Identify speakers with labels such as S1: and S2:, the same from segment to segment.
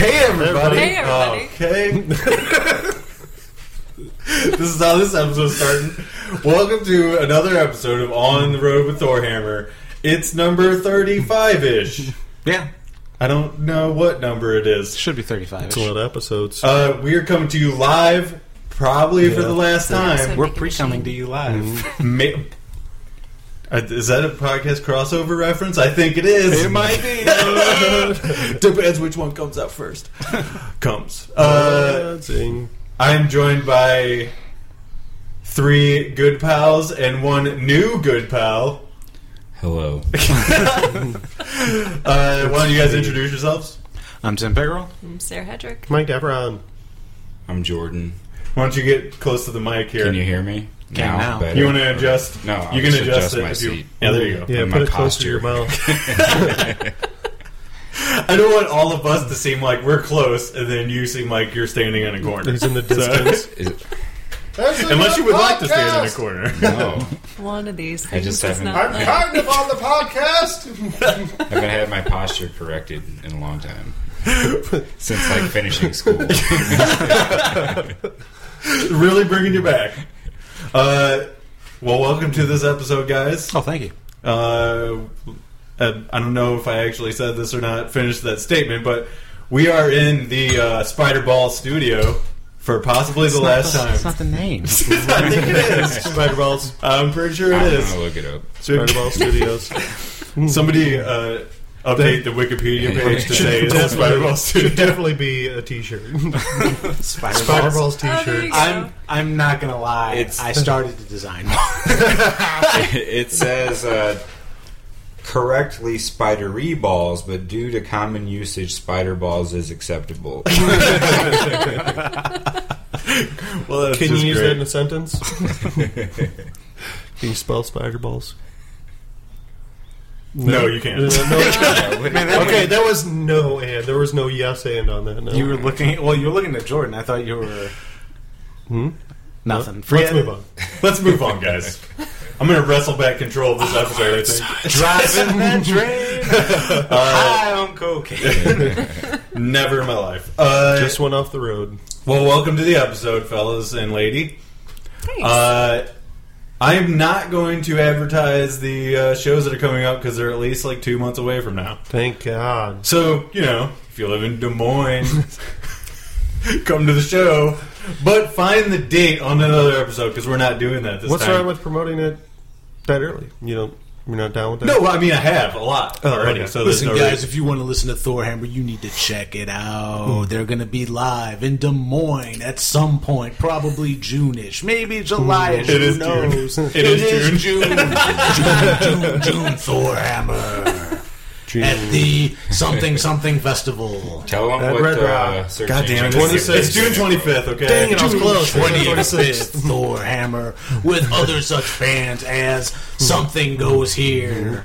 S1: Hey everybody.
S2: Hey, everybody.
S1: Okay. this is how this episode's starting. Welcome to another episode of On the Road with Thorhammer. It's number 35-ish.
S3: Yeah,
S1: I don't know what number it is.
S3: should be 35.
S4: It's a lot of episodes.
S1: Uh, we are coming to you live probably for
S4: Yeah.
S1: the last time.
S3: We're pre coming to you live.
S4: Mm-hmm.
S1: Ma- Uh, is that a podcast crossover reference? I think it is.
S3: It might be.
S1: Depends which one comes out first. comes. Uh,
S4: Zing.
S1: I'm joined by three good pals and one new good pal.
S5: Hello.
S1: Uh, why don't you guys introduce yourselves?
S3: I'm Tim Pickerel.
S2: I'm Sarah Hedrick.
S4: Mike Davron.
S5: I'm Jordan.
S1: Why don't you get close to the mic here?
S5: Can you hear me?
S3: Can now.
S5: Better?
S1: want to adjust?
S5: No, I'll
S1: you can
S5: just
S1: adjust,
S5: adjust
S1: it.
S5: my
S1: if you-
S5: seat.
S1: Yeah, there you go.
S4: Yeah,
S5: And
S4: put
S5: my
S4: it close to
S5: posture.
S4: your mouth.
S1: I don't want all of us to seem like we're close, and then you seem like you're standing in a corner.
S4: He's in the distance.
S5: Is it-
S1: Unless you would like to stand in a corner.
S5: no.
S2: One of these
S5: I
S2: things
S5: just
S2: does
S5: haven't-
S2: not
S5: I'm
S2: like-
S1: kind of on the podcast.
S5: I haven't had my posture corrected in a long time. Since like finishing school.
S1: really bringing you back. Uh, well, welcome to this episode, guys.
S3: Oh, thank you.
S1: Uh, uh, I don't know if I actually said this or not. Finished that statement, but we are in the uh, Spider Ball Studio for possibly the last
S3: It's
S1: time.
S3: not the name.
S1: I think it is.
S4: Spider Balls.
S1: I'm pretty sure
S5: I
S1: it
S5: don't know,
S1: is.
S5: look it up.
S1: So
S4: Spider Ball Studios.
S1: somebody uh, update the Wikipedia page to say it's Spider Ball
S4: Should
S1: Studio.
S4: definitely be a T-shirt.
S3: Spider
S4: Spider Balls
S2: Oh, there you
S4: T-shirt.
S2: go.
S3: I'm, I'm not going to lie.
S5: It's-
S3: I started to design one.
S5: it says uh, correctly spidery balls, but due to common usage, spider balls is acceptable.
S1: Well, that's
S4: Can you
S1: just
S4: use that
S1: great.
S4: in a sentence? Can you spell Spider Balls?
S1: No, you can't.
S4: No, no. okay,
S3: okay.
S4: that was no and. There was no yes and on that. No.
S3: You were looking well, you were looking at Jordan. I thought you were.
S4: Hmm?
S3: Nothing.
S4: Let's move on.
S1: Let's move on, guys. I'm going to wrestle back control of this episode. I think.
S3: Driving that train. Hi, on cocaine.
S1: Never in my life. Uh,
S4: Just went off the road.
S1: well, welcome to the episode, fellas and lady.
S2: Thanks.
S1: Uh, I'm not going to advertise the uh, shows that are coming up because they're at least like two months away from now.
S4: Thank God.
S1: So you know, if you live in Des Moines, come to the show. But find the date on another episode because we're not doing that this
S4: What's
S1: time.
S4: wrong with promoting it that early? You don't. You're not down with that.
S1: no, I mean I have a lot
S4: Oh,
S1: already.
S4: okay.
S1: So there's
S6: Listen,
S1: no
S6: guys,
S1: reason-
S6: if you want to listen to Thorhammer, you need to check it out.
S1: Hmm.
S6: They're going to be live in Des Moines at some point, probably June-ish, maybe July-ish.
S1: It
S6: who
S1: is June.
S6: knows?
S1: It is June.
S6: June. June, June, June, Thorhammer at the something something festival.
S5: Tell them
S4: That
S5: what
S4: Red
S5: uh,
S4: Rock.
S5: search
S1: God damn it!
S5: engine-
S1: It's, it's June 25th. Okay.
S4: Dang it, I was close.
S6: Twentieth Thorhammer with other such bands as Something Goes Here,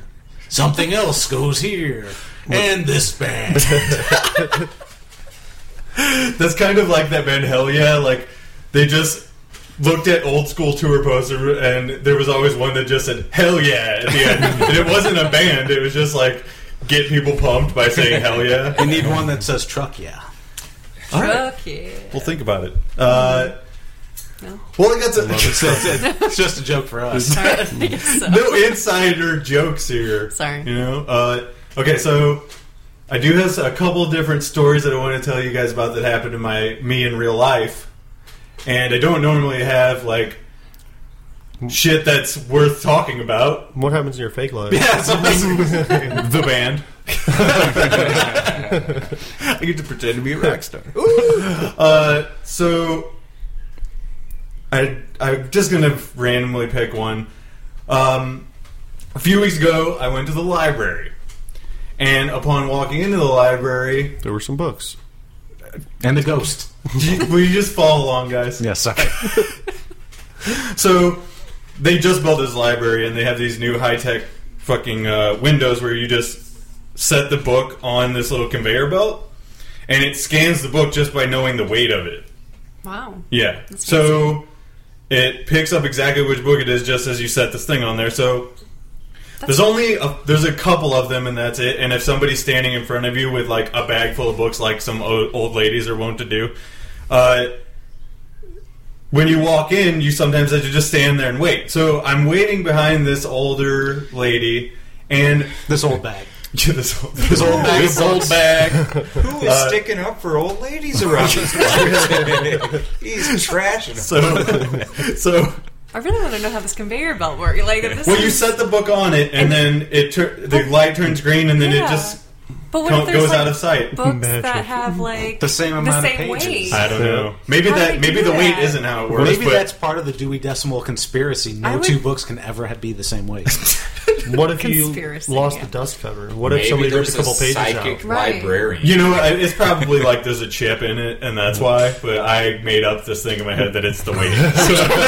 S6: Something Else Goes Here, and this band.
S1: That's kind of like that band Hell Yeah. Like they just looked at old school tour poster, and there was always one that just said Hell Yeah at the end, and it wasn't a band. It was just like get people pumped by saying Hell Yeah.
S6: You need one that says truck, yeah.
S2: Truck, yeah.
S1: Well, think about it. Uh,
S2: No.
S1: well, that's a,
S6: It's just a joke for us.
S2: Sorry, I think so.
S1: no insider jokes here.
S2: Sorry.
S1: You know. Uh, okay, so. I do have a couple different stories that I want to tell you guys about that happened to my me in real life, and I don't normally have like shit that's worth talking about.
S4: What happens in your fake life?
S1: Yeah, so the band. I get to pretend to be a rock star. Uh, so I I'm just gonna randomly pick one. Um, a few weeks ago, I went to the library, and upon walking into the library,
S4: There were some books.
S3: And the ghost.
S1: will you just follow along, guys?
S3: Yeah, sorry.
S1: So they just built this library, and they have these new high tech fucking uh, windows where you just set the book on this little conveyor belt, and it scans the book just by knowing the weight of it.
S2: Wow.
S1: Yeah.
S2: That's
S1: So it picks up exactly which book it is just as you set this thing on there. So There's only a, there's a couple of them and that's it. And if somebody's standing in front of you with like a bag full of books, like some o- old ladies are wont to do, uh, when you walk in, you sometimes have to just stand there and wait. So I'm waiting behind this older lady, and
S6: This old bag.
S1: Yeah, this old,
S6: This old bag. This old bag.
S5: Who is sticking up for old ladies around this country? He's trash.
S1: so so
S2: I really want to know how this conveyor belt works. Like, if this
S1: well, you
S2: is-
S1: set the book on it, and then it tur- the light turns green, and then
S2: Yeah.
S1: it just
S2: but what
S1: co-
S2: if there's
S1: goes
S2: like,
S1: out of sight.
S2: books
S4: Magical.
S2: that have like
S5: The same amount of
S2: same
S5: pages.
S2: weight?
S1: I don't know. Maybe
S2: How do
S1: that
S2: they
S1: maybe
S2: do
S1: the weight
S2: that?
S1: isn't how it works.
S6: Maybe
S1: but
S6: that's part of the Dewey Decimal conspiracy.
S2: I
S6: No
S2: would-
S6: two books can ever have, be the same way.
S4: What if you
S2: Conspiracy,
S4: lost
S2: yeah.
S4: the dust cover? What if somebody ripped a couple pages out?
S2: Right.
S5: librarian.
S1: you know I- it's probably like there's a chip in it, and that's why. But I made up this thing in my head that it's the weight.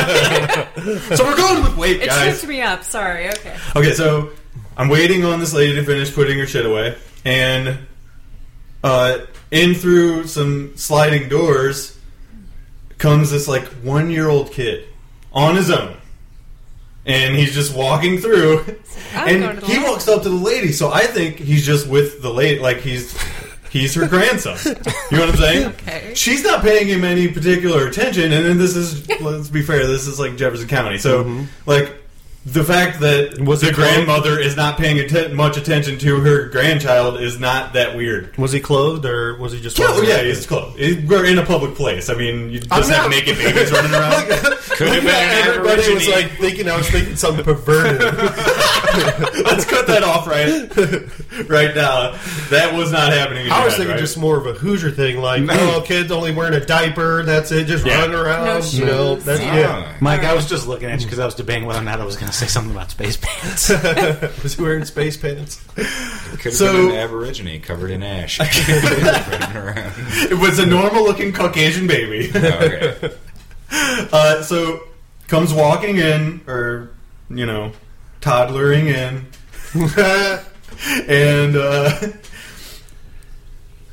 S1: So, so we're going with weight,
S2: It
S1: guys.
S2: tripped me up. Sorry. Okay.
S1: Okay, so I'm waiting on this lady to finish putting her shit away, and uh, in through some sliding doors comes this like one year old kid on his own, and he's just walking through,
S2: I'm going
S1: and
S2: to the
S1: he
S2: left.
S1: walks up to the lady. So I think he's just with the lady, like he's he's her grandson. You know what I'm saying?
S2: Okay.
S1: She's not paying him any particular attention, and then this is let's be fair, this is like Jefferson County, so like the fact that
S4: Was
S1: the
S4: it close?
S1: grandmother is not paying atten- much attention to her grandchild is not that weird.
S4: Was he clothed or was he just?
S1: Yeah, well,
S4: walking
S1: yeah,
S4: around?
S1: it's close. It- we're in a public place. I mean, you just have
S4: not-
S1: naked babies running around.
S5: Could have been an
S4: Everybody was
S5: aborigine.
S4: like thinking I was thinking something perverted.
S1: Let's cut that off right right now. That was not happening. in
S4: I
S1: your
S4: was
S1: head,
S4: thinking
S1: right?
S4: just more of a Hoosier thing, like oh, kids only wearing a diaper. That's it, just
S1: Yeah.
S4: running around.
S2: No
S4: you know,
S2: shoes.
S4: that's
S5: Ah.
S4: yeah.
S6: Mike, I was just looking at you because I was debating whether or not I was going to say something about space pants.
S4: Was he wearing space pants?
S5: Could have
S1: So-
S5: been an aborigine covered in ash. Running around.
S1: it was a normal looking Caucasian baby.
S5: okay.
S1: Uh, so comes walking in, or you know, toddlering in, and uh,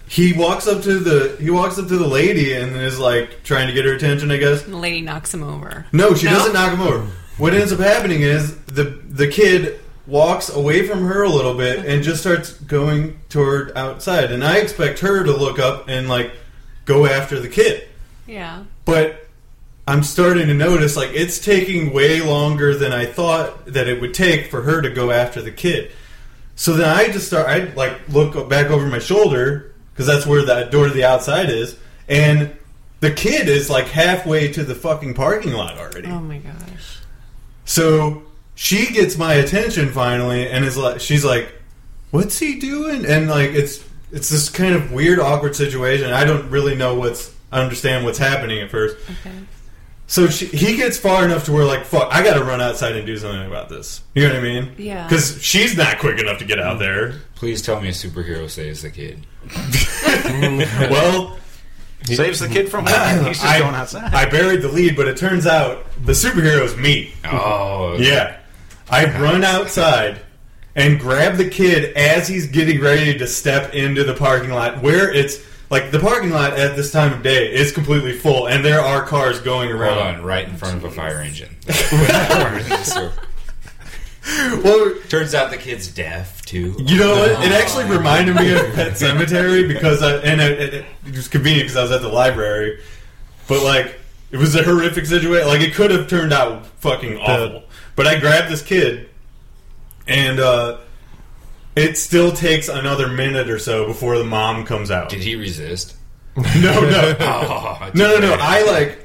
S1: he walks up to the he walks up to the lady and is like trying to get her attention. I guess
S2: The lady knocks him over.
S1: no, she
S2: No?
S1: doesn't knock him over. What ends up happening is the the kid walks away from her a little bit and just starts going toward outside, and I expect her to look up and like go after the kid
S2: Yeah.
S1: but I'm starting to notice like it's taking way longer than I thought that it would take for her to go after the kid. So then I just start I like look back over my shoulder because that's where that door to the outside is, and the kid is like halfway to the fucking parking lot already.
S2: Oh my gosh.
S1: So she gets my attention finally, and is like, she's like, "What's he doing?" And like, it's it's this kind of weird, awkward situation. I don't really know what's understand what's happening at first.
S2: Okay.
S1: So she, he gets far enough to where like fuck, I gotta run outside and do something about this. You know what I mean?
S2: Yeah.
S1: Because she's not quick enough to get out there.
S5: Please tell me a superhero saves the kid.
S1: well,
S6: Saves the kid from what? He's just
S1: I,
S6: going outside.
S1: I buried the lead, but it turns out the superhero is me.
S5: Oh,
S1: Yeah. I run outside and grab the kid as he's getting ready to step into the parking lot where it's like the parking lot at this time of day is completely full and there are cars going
S5: Hold
S1: around.
S5: on, right in front of a fire engine. So,
S1: Well,
S5: Turns out the kid's deaf too.
S1: you know what? It actually reminded me of Pet Cemetery because I, and it, it, it was convenient because I was at the library. But like, it was a horrific situation. Like, it could have turned out fucking awful. But I grabbed this kid, and uh, it still takes another minute or so before the mom comes out.
S5: Did he resist?
S1: No, no,
S5: Oh,
S1: no, no, no.
S5: dude.
S1: I like.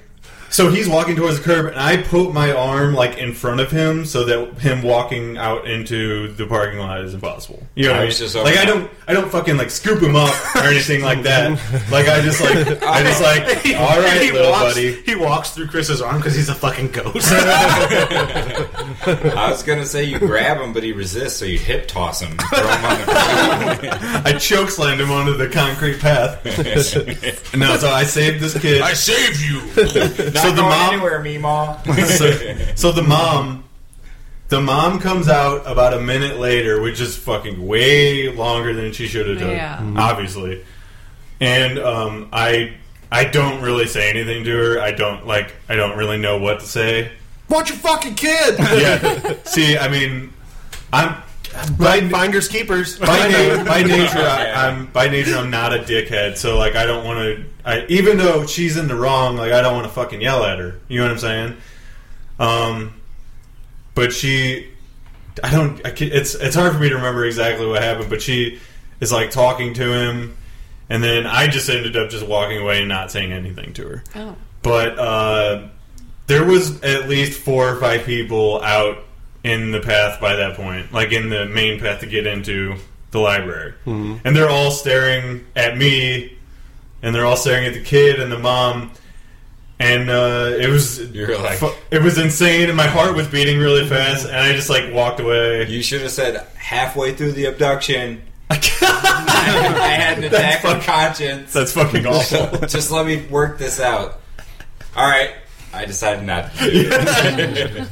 S1: So he's walking towards the curb, and I put my arm like in front of him so that him walking out into the parking lot is impossible. You know what
S5: I
S1: I mean?
S5: was just
S1: like I don't, I don't fucking like scoop him up or anything like that. Like I just like, I just like, all right, little
S6: walks,
S1: buddy.
S6: He walks through Chris's arm because he's a fucking ghost.
S5: I was gonna say you grab him, but he resists, so you hip toss him, throw him on the ground.
S1: I choke slammed him onto the concrete path. No, so I saved this kid.
S6: save you.
S1: so the mom,
S5: anywhere, Meemaw.
S1: so, so the mom the mom comes out about a minute later which is fucking way longer than she should have done
S2: Yeah.
S1: obviously and um, i i don't really say anything to her i don't like i don't really know what to say
S4: Want your fucking kid?
S1: yeah see i mean I'm
S4: By
S1: by,
S4: finders keepers.
S1: by, na- by nature I, I'm by nature I'm not a dickhead. So like I don't want to. I even though she's in the wrong, like I don't want to fucking yell at her. You know what I'm saying? Um, but she, I don't. I can, it's it's hard for me to remember exactly what happened. But she is like talking to him, and then I just ended up just walking away and not saying anything to her.
S2: Oh.
S1: but uh, there was at least four or five people out in the path by that point, like in the main path to get into the library,
S5: Mm-hmm.
S1: and they're all staring at me, and they're all staring at the kid and the mom, and uh, it was
S5: You're like-
S1: fu- it was insane, and my heart was beating really fast, and I just like walked away.
S5: You should have said halfway through the abduction. I had an attack on conscience.
S1: That's fucking awful.
S5: Just let me work this out. All right, I decided not to. Do it.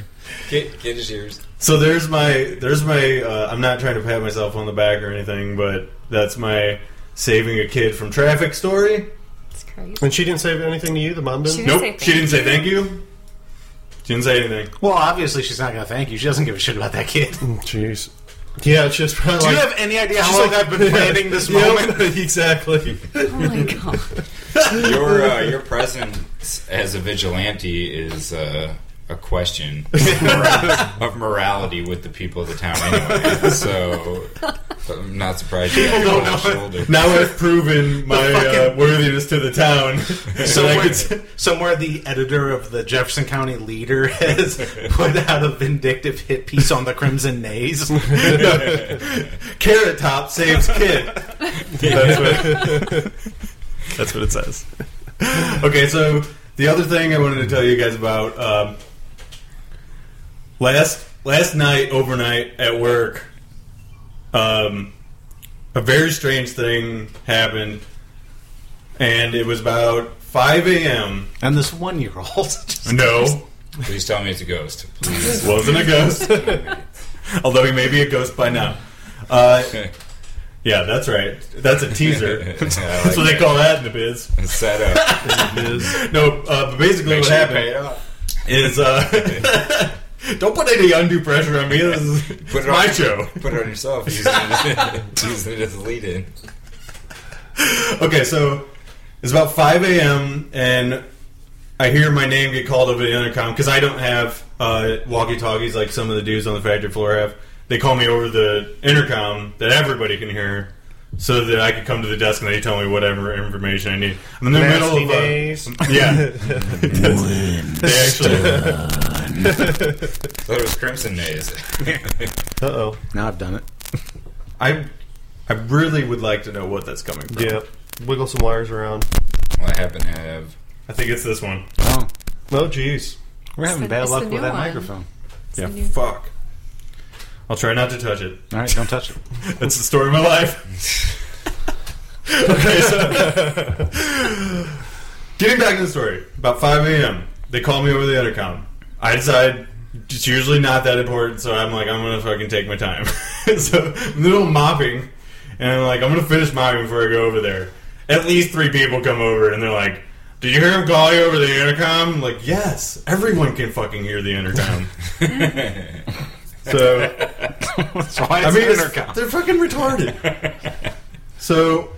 S5: Kid, kid is yours.
S1: So there's my there's my uh, I'm not trying to pat myself on the back or anything, but that's my saving a kid from traffic story.
S2: It's crazy.
S4: And she didn't say anything to you. The mom didn't.
S2: She-
S1: Nope,
S2: say thank
S1: she didn't say thank you. She didn't say anything.
S6: Well, obviously she's not gonna thank you. She doesn't give a shit about that kid.
S1: Mm.
S4: Jeez. Yeah, she's probably.
S6: Do
S4: like,
S6: you have any idea how long I've been planning this moment?
S1: Oh, exactly.
S2: Oh my god.
S5: Your uh, your presence as a vigilante is uh, a question of morality with the people of the town anyway. So I'm not surprised you
S6: People
S5: got
S6: don't
S5: people
S6: know
S5: on the shoulder.
S1: Now I've proven my uh, worthiness to the town. so I
S6: Somewhere,
S1: could say,
S6: somewhere the editor of the Jefferson County Leader has put out a vindictive hit piece on the Crimson Nays.
S1: carrot top saves kid. that's, what, that's what it says. Okay, so the other thing I wanted to tell you guys about um, last last night overnight at work, um, a very strange thing happened, and it was about five a.m.
S6: And this one year old.
S1: No,
S5: Please tell me it's a ghost. Please.
S1: wasn't a ghost. Although he may be a ghost by now. Uh, yeah, that's right. That's a teaser. That's what they call that in the biz.
S5: set up.
S1: No, uh, but basically
S5: Make
S1: what
S5: sure you pay it
S1: happened
S5: off.
S1: is uh, don't put any undue pressure on me. This is
S5: Put it
S1: my
S5: on-
S1: show.
S5: Put it on yourself. Use it, use it as a lead in.
S1: Okay, so it's about 5 a.m. and I hear my name get called over the intercom because I don't have uh, walkie-talkies like some of the dudes on the factory floor have. They call me over the intercom that everybody can hear, so that I can come to the desk and they tell me whatever information I need. I'm in the middle
S4: nasty
S1: of uh, a,
S4: days.
S1: yeah. they actually
S5: Thought it was Crimson Days.
S4: Uh oh.
S6: now I've done it.
S1: I I really would like to know what that's coming from.
S4: Yeah. Wiggle some wires around.
S5: Well, I happen to have.
S1: I think it's this one.
S6: Oh,
S4: Oh, jeez.
S6: we're having
S2: the-
S6: bad
S2: it's
S6: luck
S2: the
S6: with
S2: new
S6: that
S2: one.
S6: microphone.
S1: Yeah,
S2: new-
S1: fuck. I'll try not to touch it.
S6: All right, don't touch it.
S1: That's the story of my life. okay, so getting back to the story. About 5 a.m., they call me over the intercom. I decide it's usually not that important, so I'm like, I'm gonna fucking take my time. so I'm little mopping, and I'm like, I'm gonna finish mopping before I go over there. At least three people come over, and they're like, "Did you hear him call you over the intercom?" I'm like, yes, everyone can fucking hear the intercom. Um, so
S6: That's why
S1: I
S6: it's
S1: mean,
S6: an
S1: it's-
S6: intercom.
S1: they're fucking retarded. so,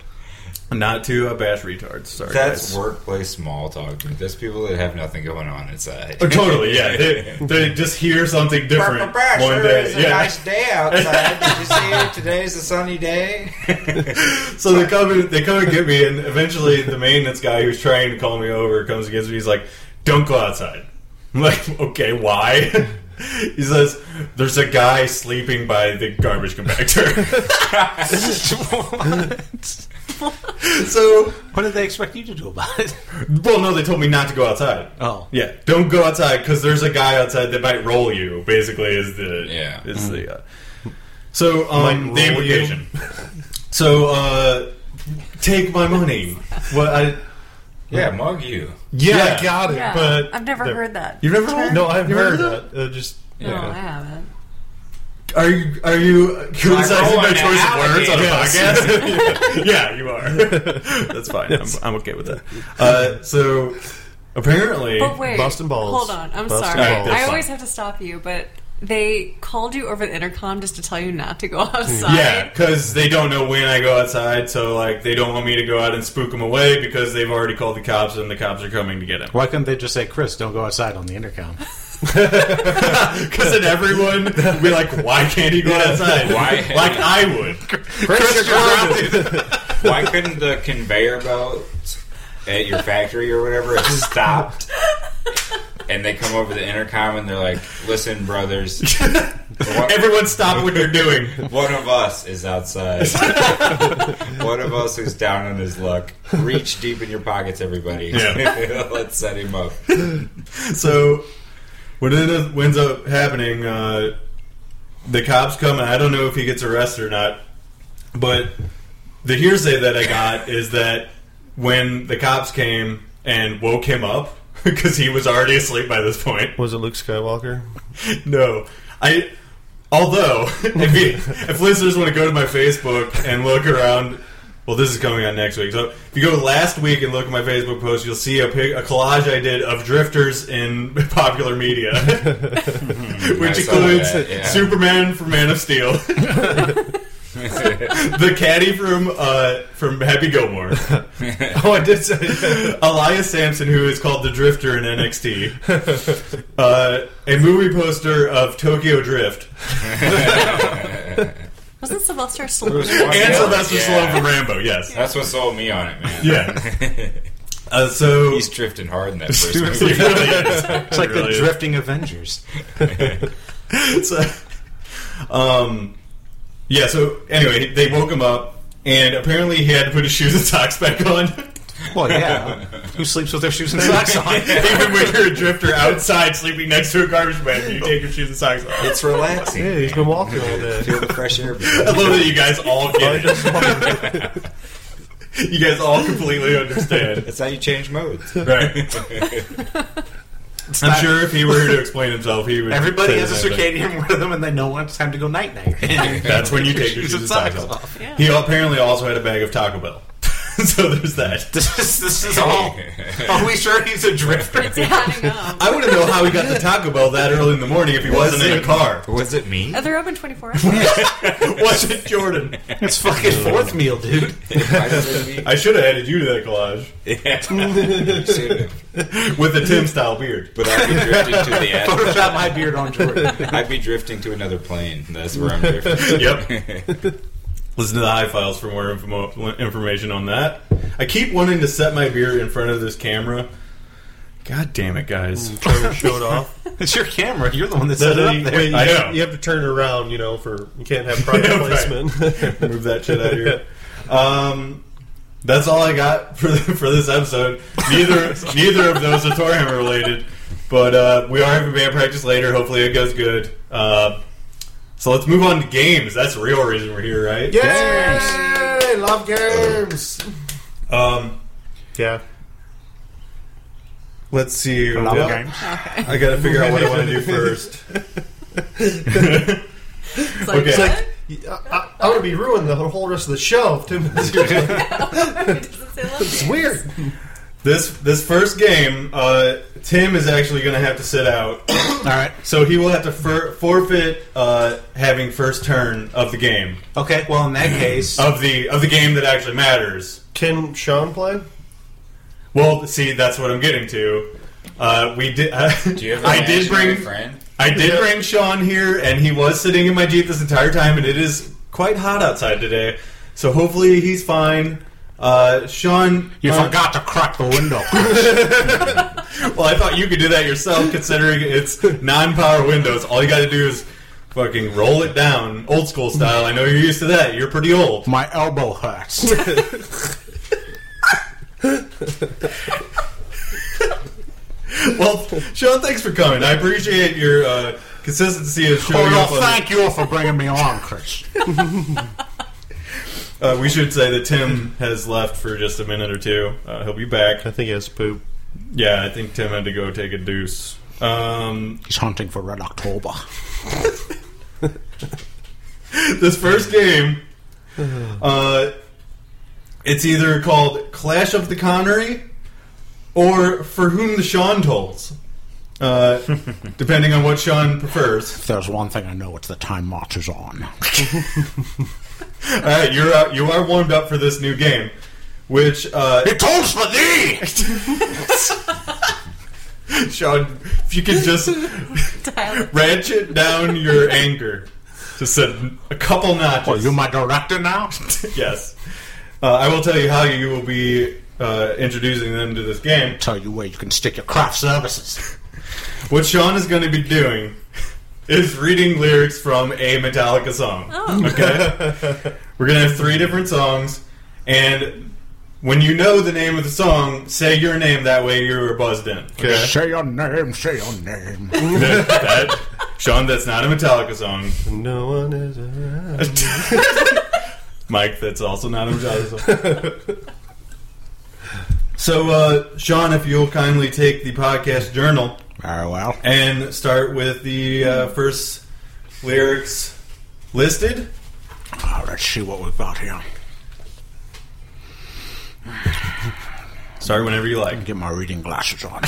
S1: not to uh, bash retards. Sorry,
S5: That's
S1: guys.
S5: workplace small talk. There's people that have nothing going on inside.
S1: Oh, totally. Yeah, they, they just hear something different one day.
S5: It's a
S1: Yeah.
S5: nice day outside. Did you see it? Today's a sunny day.
S1: So they come and they come and get me, and eventually the maintenance guy who's trying to call me over comes and gets me. He's like, "Don't go outside." I'm like, "Okay, why?" He says, "There's a guy sleeping by the garbage compactor." so,
S6: What did they expect you to do about it?
S1: well, no, they told me not to go outside.
S6: Oh,
S1: Yeah, don't go outside because there's a guy outside that might roll you. Basically, is the
S5: Yeah.
S1: is the uh, so um,
S4: Mm-hmm. Might
S1: the
S4: roll you.
S1: implication. so uh, take my money. What I
S5: Yeah, mug you.
S4: Yeah,
S1: Yeah.
S4: I got it.
S2: Yeah.
S4: But
S2: I've never
S4: there-
S2: heard that.
S1: you've never rolled?
S4: No, I've
S1: You
S4: heard
S1: remember
S4: that. Uh, just
S2: No, I haven't.
S1: Are you are you criticizing
S5: roll
S1: my
S5: an
S1: choice of words on a
S5: alligator.
S1: podcast? yeah, you are. That's fine. I'm, I'm okay with that. Uh, so apparently,
S2: But wait.
S4: Busting balls.
S2: Hold on. I'm
S4: Busting
S1: balls.
S2: sorry.
S1: Alright, that's
S2: I
S1: fine.
S2: always have to stop you, but They called you over the intercom just to tell you not to go outside.
S1: Yeah, because they don't know when I go outside, so like they don't want me to go out and spook him away because they've already called the cops and the cops are coming to get him.
S6: Why couldn't they just say, Chris, don't go outside on the intercom?
S1: Because then everyone would be like, "Why can't he go outside?
S5: Why?
S1: Like I would.
S5: Chris Gerard. Why couldn't the conveyor belt at your factory or whatever have stopped? And they come over the intercom and they're like, "Listen, brothers, one,
S1: Everyone stop what you're doing."
S5: one of us is outside. one of us is down on his luck. Reach deep in your pockets, everybody.
S1: Yeah.
S5: Let's set him up."
S1: So what it is- ends up happening, uh, the cops come, and I don't know if he gets arrested or not, but the hearsay that I got is that when the cops came and woke him up, because he was already asleep by this point,
S4: Was it Luke Skywalker?
S1: no. I. Although, if, you, if listeners want to go to my Facebook and look around, well, this is coming out next week. So if you go last week and look at my Facebook post, you'll see a, pic, a collage I did of drifters in popular media, which
S5: I saw
S1: includes
S5: that, yeah.
S1: Superman from Man of Steel, the caddy from uh, from Happy Gilmore, oh, I did say Elias Sampson, who is called the Drifter in NXT, uh, a movie poster of Tokyo Drift.
S2: Wasn't Sylvester Stallone?
S5: Bruce Wayne.
S1: And Sylvester
S5: Yeah.
S1: Stallone from Rambo, yes.
S5: That's what sold me on it, man.
S1: Yeah. Uh, so
S5: He's drifting hard in that first movie.
S1: It really is.
S6: It's like
S1: It
S6: the
S1: really is.
S6: Drifting Avengers.
S1: So, um, yeah. So anyway, they woke him up, and apparently he had to put his shoes and socks back on,
S6: Well, yeah. Who sleeps with their shoes and socks on?
S1: even when you're a drifter outside sleeping next to a garbage man. You take your shoes and socks off.
S5: It's relaxing.
S4: Yeah, he's been walking all day.
S5: Feel the fresh air.
S1: I love that you guys all get it. you guys all completely understand.
S5: That's how you change modes.
S1: Right. I'm sure if he were here to explain himself, he would.
S6: Everybody
S1: say
S6: has
S1: the
S6: a
S1: same thing.
S6: circadian rhythm and they know when it's time to go night night.
S1: That's when you take your
S6: Shoes
S1: shoes
S6: and
S1: and socks
S6: socks
S1: off.
S2: Yeah.
S1: He apparently also had a bag of Taco Bell. so there's that.
S6: This is, this is all. Are we sure he's a drifter?
S2: It's adding up.
S1: I want to know how he got the Taco Bell that early in the morning if he wasn't in a car.
S5: Was it me?
S2: Uh, They're open 24 hours.
S1: Was it Jordan?
S6: It's fucking fourth meal, dude.
S5: Why does it mean-
S1: I should have added you to that collage
S5: You should have.
S1: with the Tim style beard.
S5: But I'd be drifting to the ad-
S6: Photoshop my beard on Jordan.
S5: I'd be drifting to another plane. That's where I'm drifting.
S1: Yep. Listen to the high files for more info- information on that. I keep wanting to set my beard in front of this camera. God damn it, guys!
S4: Trevor showed off.
S6: It's your camera. You're the one that
S4: That
S6: set it
S4: he-
S6: up there.
S4: wait, you,
S1: I
S4: have-
S1: know.
S4: you have to turn around, you know, for you can't have product
S1: Yeah, right.
S4: placement.
S1: Move that shit out of here. Um, that's all I got for for this episode. Neither neither of those are Torhammer related, but uh, we are having band practice later. Hopefully, it goes good. Uh, so let's move on to games. That's the real reason we're here, right?
S6: Yay! Love games.
S1: Um,
S4: yeah.
S1: let's see.
S6: Love
S1: Well,
S6: games.
S1: I got to figure out what I want to do first.
S2: It's like,
S1: Okay.
S4: It's
S2: what?
S4: like I, I, I would be ruining the whole rest of the show. if Tim was here.
S2: It doesn't say love
S4: it's
S2: games.
S4: weird.
S1: This this first game, uh, Tim is actually going to have to sit out,
S6: All right.
S1: so he will have to for- forfeit uh, having first turn of the game.
S6: Okay. Well, in that case,
S1: of the of the game that actually matters.
S4: Can Sean play?
S1: Well, see, that's what I'm getting to. Uh, we did.
S5: Do you have
S1: I did
S5: imaginary
S1: bring
S5: friend?
S1: I did bring Sean here, and he was sitting in my jeep this entire time, and it is quite hot outside today. So hopefully he's fine. Uh, Sean,
S6: you
S1: uh,
S6: forgot to crack the window.
S1: Well, I thought you could do that yourself, considering it's non-power windows. All you got to do is fucking roll it down, old school style. I know you're used to that. You're pretty old.
S6: My elbow hurts.
S1: Well, Sean, thanks for coming. I appreciate your uh, consistency of showing
S6: Oh,
S1: up.
S6: no,
S1: on-
S6: thank you for bringing me on, Chris.
S1: Uh, we should say that Tim has left for just a minute or two. Uh, he'll be back.
S4: I think he has to poop.
S1: Yeah, I think Tim had to go take a deuce. Um,
S6: He's hunting for Red October.
S1: this first game, uh, it's either called Clash of the Connery or For Whom the Sean Tolls. Uh, depending on what Sean prefers.
S7: If there's one thing I know, it's that time marches on.
S1: All right, you're out, you are warmed up for this new game, which uh,
S7: It tolls for thee!
S1: Sean, if you could just
S2: Tyler.
S1: ratchet down your anger, just a, a couple notches.
S7: Well, you're my director now?
S1: yes. Uh, I will tell you how you will be uh, introducing them to this game.
S7: Tell you where you can stick your craft services.
S1: What Sean is going to be doing is reading lyrics from a Metallica song.
S2: Oh.
S1: Okay? We're going to have three different songs, and when you know the name of the song, say your name, that way you're buzzed in. Okay?
S7: Say your name, say your name.
S1: That- that- Sean, that's not a Metallica song.
S4: No one is around.
S1: Mike, that's also not a Metallica song. so, uh, Sean, if you'll kindly take the podcast journal.
S7: Very well.
S1: and start with the uh, first lyrics listed.
S7: Ah, let's see what we've got here.
S1: Start whenever you like.
S7: Get my reading glasses on.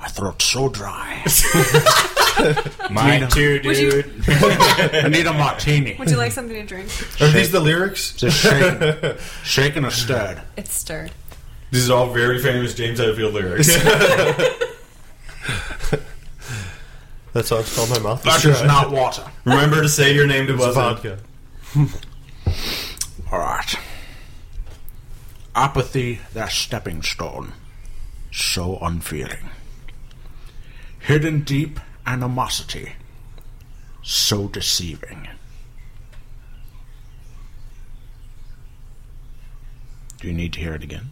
S7: my throat's so dry.
S5: Mine too,
S2: Would
S5: dude.
S2: you
S7: I need a martini.
S2: would you like something to drink?
S1: Are these the lyrics?
S7: Just shaking, shaking or stirred.
S2: It's stirred.
S1: This is all very famous James Hetfield lyrics.
S4: That song's called My Mouth.
S7: That is not water.
S1: Remember to say your name to
S4: It's
S1: buzz in.
S4: vodka.
S7: All right. Apathy, their stepping stone. So unfeeling. Hidden deep animosity. So deceiving. Do you need to hear it again?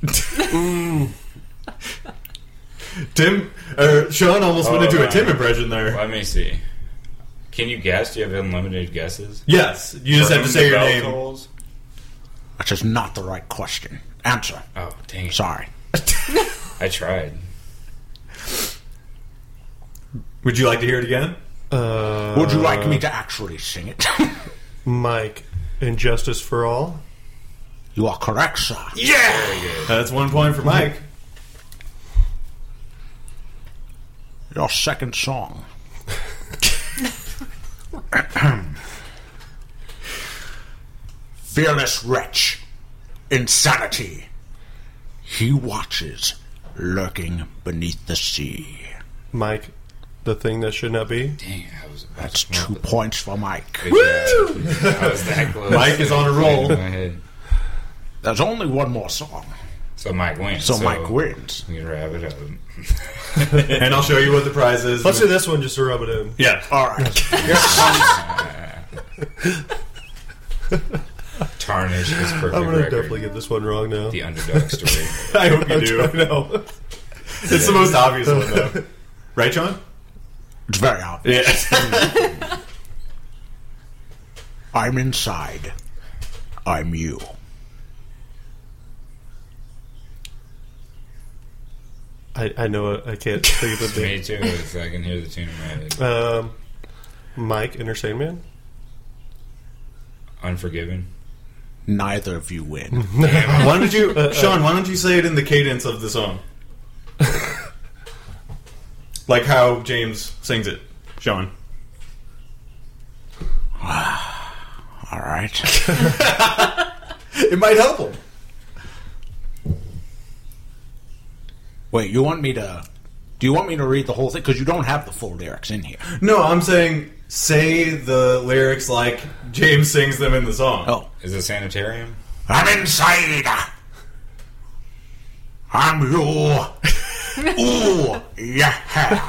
S1: Tim, or Sean almost
S4: Oh,
S1: went into a
S5: right.
S1: Tim impression there.
S5: Let me see. Can you guess? Do you have unlimited guesses?
S1: Yes, you just have to
S5: From
S1: say
S5: the
S1: your
S5: bell
S1: name.
S5: tolls?
S7: That is not the right question. Answer.
S5: Oh, dang it.
S7: Sorry.
S5: I tried.
S1: Would you like to hear it again?
S4: Uh,
S7: Would you like me to actually sing it?
S4: Mike, Injustice for All.
S7: you are correct, sir.
S1: That's one point for Mike.
S7: Your second song. Fearless wretch, insanity. He watches, lurking beneath the sea.
S4: Mike, the thing that should not be.
S5: Dang, I was about
S7: That's
S5: to come up
S7: two
S5: with
S7: points for Mike.
S5: a good guess. I was that close.
S1: Mike is on a roll.
S5: In my head.
S7: There's only one more song,
S5: So Mike wins.
S7: so, Mike wins.
S5: You wrap it up.
S1: And I'll show you what the prize is.
S4: Let's do this one just to rub it in.
S1: Yeah.
S7: All right.
S5: Tarnish his perfect
S4: I'm gonna
S5: record.
S4: definitely get this one wrong now.
S5: The underdog story.
S1: I hope you
S4: I
S1: do.
S4: know.
S1: It's the most obvious one, though. Right, Sean?
S7: it's very obvious.
S1: Yeah.
S7: I'm inside. I'm you.
S4: I, I know it. I can't think of the
S5: Me
S4: name.
S5: too. It's, I can hear the tune in my head.
S4: Um, Mike, Inner Sandman.
S5: Unforgiven.
S7: Neither of you win.
S1: why don't you, Sean? Why don't you say it in the cadence of the song, like how James sings it, Sean?
S7: All right.
S1: It might help him.
S7: Wait, you want me to? Do you want me to read the whole thing? Because you don't have the full lyrics in here.
S1: No, I'm saying say the lyrics like James sings them in the song.
S7: Oh,
S5: Is it sanitarium?
S7: I'm inside. I'm you. Ooh, yeah.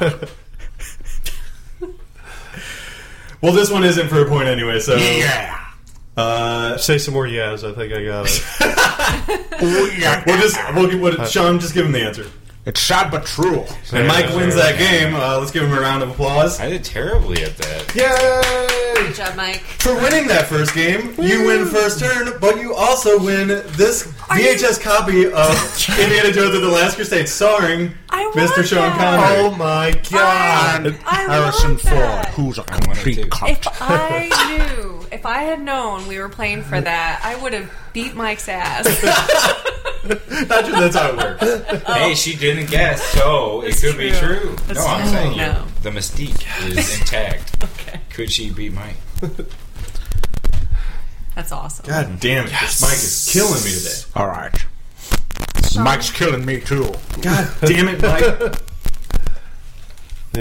S1: Well, this one isn't for a point anyway. So,
S7: Yeah.
S1: uh,
S4: Say some more yes. I think I got it.
S7: Ooh, yeah.
S1: we'll just we'll, give- what Sean just give him the answer.
S7: It's sad but true.
S1: And Mike wins that game. Uh, let's give him a round of applause.
S5: I did terribly at that.
S1: Yay!
S2: Good job, Mike.
S1: For winning that first game, you win first turn, but you also win this VHS copy of Indiana Jones and the Last Crusade, starring
S2: I want
S1: Mr. Sean
S2: that.
S1: Connery.
S4: my
S2: I, I
S7: Harrison
S2: want
S7: Ford,
S2: that.
S7: who's a
S5: wanted
S7: complete
S5: to.
S7: cunt.
S2: If I knew, if I had known we were playing for that, I would have beat Mike's ass.
S1: Not sure that's how it works.
S5: Hey, she didn't guess, so it
S2: That's
S5: could be
S2: true.
S5: true.
S2: That's
S5: no, I'm
S2: true.
S5: saying
S2: No.
S5: the mystique is intact.
S2: okay,
S5: Could she beat Mike?
S2: that's awesome.
S1: God damn it! This mic is killing me today.
S7: All right. Mike's killing me too.
S1: God damn it, Mike.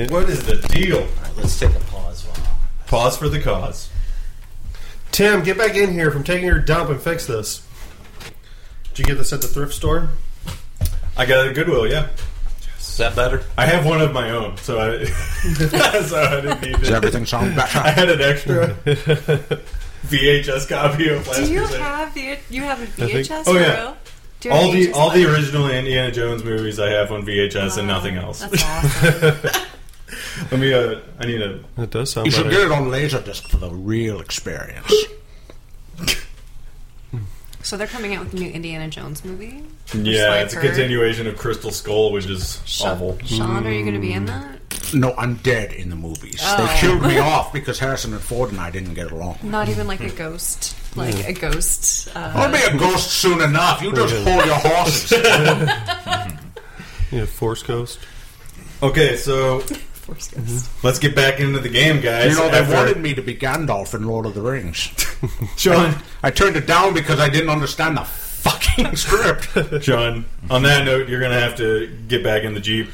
S1: what is the deal?
S6: Let's take a pause while.
S1: Pause for the cause.
S4: Tim, get back in here from taking your dump and fix this. Did you get this at the thrift store?
S1: I got a Goodwill, yeah.
S6: Is that better?
S1: I have one of my own, so I, so I didn't need
S7: Does
S1: it.
S7: everything sound
S1: I
S7: better?
S1: had an extra VHS copy of last
S2: Do you
S1: year's.
S2: have the you have a VHS?
S1: oh,
S2: for
S1: yeah.
S2: real? Do you have
S1: all the
S2: VHS?
S1: all the original Indiana Jones movies I have on VHS and nothing else.
S2: Uh, That's awesome.
S1: Let me. Uh, I need a.
S4: It does sound
S7: You should
S4: better.
S7: get it on Laserdisc for the real experience.
S2: so they're coming out with a new Indiana Jones movie.
S1: Yeah, it's a
S2: Swiper.
S1: continuation of Crystal Skull, which is awful. Mm.
S2: Sean, Sean, are you going to be in that?
S7: No, I'm dead in the movies.
S2: Oh.
S7: They killed me off because Harrison and Ford and I didn't get along.
S2: Not even like a ghost, like a ghost.
S7: I'll
S2: Uh,
S7: be a ghost soon enough. You just hold your horses.
S4: Yeah, Force Coast.
S1: Okay, so
S2: force ghost.
S1: let's get back into the game, guys.
S7: You know, they
S1: After-
S7: wanted me to be Gandalf in Lord of the Rings.
S1: John.
S7: I turned it down because I didn't understand the fucking script.
S1: John. On that note, you're gonna have to get back in the jeep.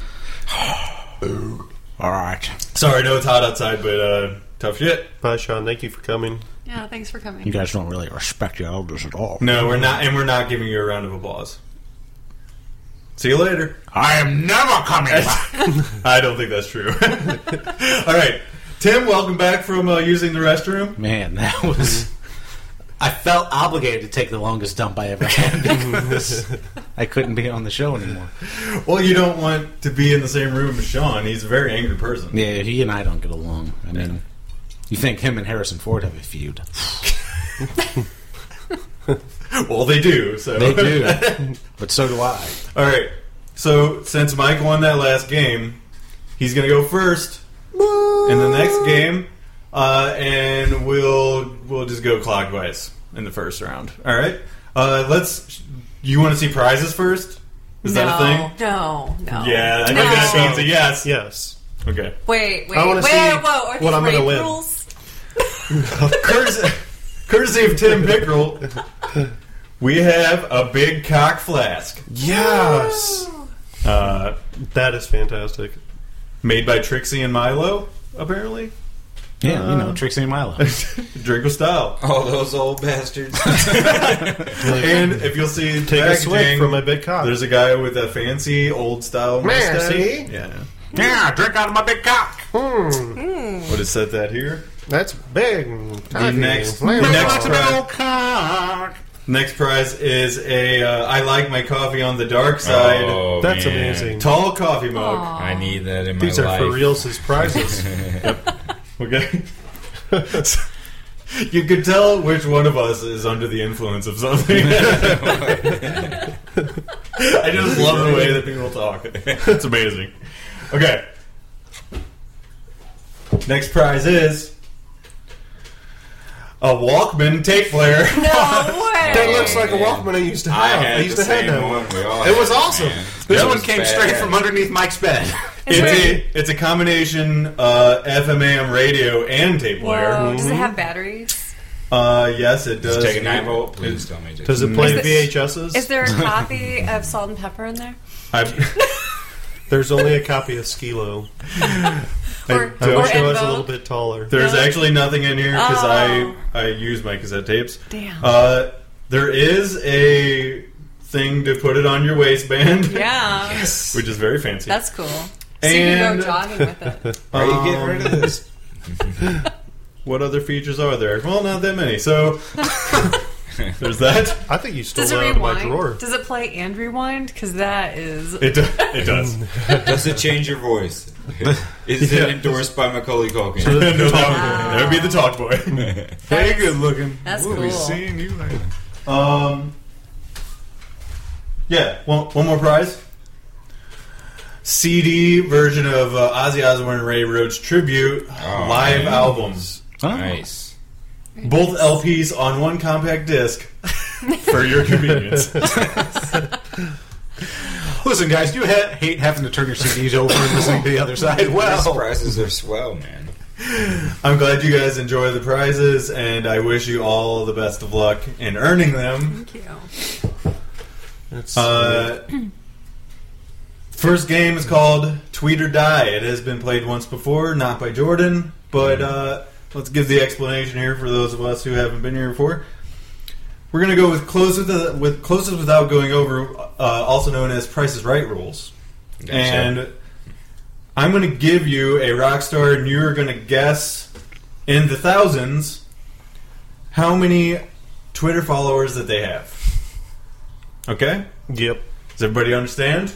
S7: All right.
S1: Sorry, I know it's hot outside, but uh, tough shit.
S4: Bye, Sean. Thank you for coming.
S2: Yeah, thanks for coming.
S7: You guys don't really respect your elders at all.
S1: No, we're not, and we're not giving you a round of applause. See you later.
S7: I am never coming back.
S1: I don't think that's true. All right, Tim, welcome back from uh, using the restroom.
S6: Man, that was. I felt obligated to take the longest dump I ever had because I couldn't be on the show anymore.
S1: Well, you don't want to be in the same room as Sean. He's a very angry person.
S6: Yeah, he and I don't get along. I mean, you think him and Harrison Ford have a feud?
S1: Well, they do. So
S6: They do, but so do I.
S1: All right. So since Mike won that last game, he's gonna go first in the next game, uh, and we'll we'll just go clockwise in the first round. All right. Uh, let's. You want to see prizes first? Is
S2: no,
S1: that a thing?
S2: No, no.
S1: Yeah, I think
S2: No.
S1: that means a yes.
S4: Yes.
S1: Okay.
S2: Wait, wait,
S4: I wanna
S2: wait,
S4: see
S2: whoa, are
S4: what
S2: these
S4: I'm gonna
S2: rape
S4: win.
S2: rules?
S1: courtesy, courtesy of Tim Pickrell, we have a big cock flask
S4: Yes.
S1: uh,
S4: That is fantastic.
S1: made by Trixie and Milo. Apparently,
S7: Yeah, you know, Trixie and Milo.
S1: drink with style.
S5: All those old bastards.
S1: And if you'll see the
S4: Take a swig
S1: packaging,
S4: from my big cock.
S1: there's a guy with a fancy old style
S4: Man,
S1: mustache.
S4: see?
S1: Yeah.
S7: yeah, drink out of my big cock.
S1: Would have said that here.
S4: Hmm, That's big. Tiny.
S1: next-
S4: Wow.
S1: the next-
S7: Lots of
S1: Right.
S7: big old cock.
S1: Next prize is a uh, I like my coffee on the dark side
S5: Oh,
S4: That's
S5: man.
S4: amazing.
S1: tall coffee mug.
S2: Aw.
S5: I need that in my
S4: These are
S5: life.
S4: for real prizes.
S1: Okay. So, you could tell which one of us is under the influence of something. I just love the way that people talk. It's amazing. Okay. Next prize is a Walkman tape player.
S2: No
S4: that
S2: way.
S4: looks like a Walkman I used to
S5: I
S4: have. I,
S5: had
S4: used
S5: the
S4: to have
S5: same
S4: that
S5: one.
S4: one.
S5: We all
S4: It was
S5: had,
S4: awesome.
S5: man.
S7: This
S5: That
S7: one
S5: was
S7: came
S5: bad.
S7: straight from underneath Mike's bed.
S2: Is
S1: It's
S2: it-
S1: a, it's a combination uh, FMAM radio and tape
S2: whoa,
S1: player.
S2: does it have batteries?
S1: Uh, yes, it does.
S5: Just take a nine volt. Please tell me.
S4: Does
S5: Just
S4: it play
S2: Is it-
S4: VHSs?
S2: Is there a copy of Salt and Pepper in there?
S1: I-
S4: There's only a copy of Skilo.
S2: Or,
S4: I
S2: or
S4: wish I
S2: in
S4: was a
S2: Vogue?
S4: little bit taller.
S1: There's actually nothing in here because
S2: Oh.
S1: I I use my cassette tapes.
S2: Damn.
S1: Uh, there is a thing to put it on your waistband.
S2: Yeah,
S1: Which is very fancy.
S2: that's cool. So you can
S1: And-
S2: go jogging with it.
S5: are you getting rid of this?
S1: Um, What other features are there? Well, not that many. So there's that.
S4: I think you stole
S2: Does it
S4: that out of my drawer.
S2: rewind? Does it play and rewind? Because that is
S1: It do- it does.
S5: Does it change your voice? Is
S1: Yeah.
S5: it endorsed by Macaulay Culkin?
S1: No, that would be the talk boy.
S2: Hey,
S5: good looking.
S2: That's
S5: we'll be
S2: cool.
S5: seeing you later.
S1: Um. Yeah. One one more prize. CD version of uh, Ozzy Osbourne and Ray Rhodes tribute live
S5: man.
S1: albums.
S7: Oh.
S5: Nice.
S1: both LPs on one compact disc for your convenience.
S7: Listen, guys, you ha- hate having to turn your CDs over and listening to the other side.
S5: These
S7: Well,
S5: prizes are swell, man.
S1: I'm glad you guys enjoy the prizes, and I wish you all the best of luck in earning them.
S2: Thank you.
S4: That's
S1: Uh, first game is called Tweet or Die. It has been played once before, not by Jordan, but uh, let's give the explanation here for those of us who haven't been here before. We're going to go with closest with, with closest without going over, uh, also known as Price is Right rules.
S5: Gotcha.
S1: And I'm going to give you a rock star, and you're going to guess in the thousands how many Twitter followers that they have. Okay?
S4: yep.
S1: Does everybody understand?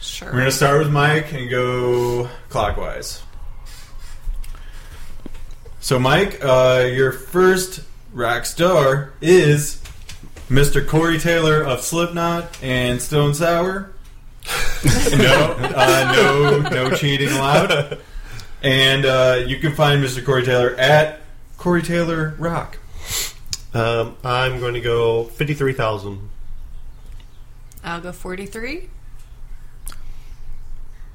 S2: Sure.
S1: We're going to start with Mike and go clockwise. So, Mike, uh, your first rock star is Mr. Corey Taylor of Slipknot and Stone Sour. no, uh, no, no cheating allowed. And uh, you can find Mr. Corey Taylor at Corey Taylor Rock.
S4: Um, I'm going to go fifty-three thousand.
S2: I'll go 43.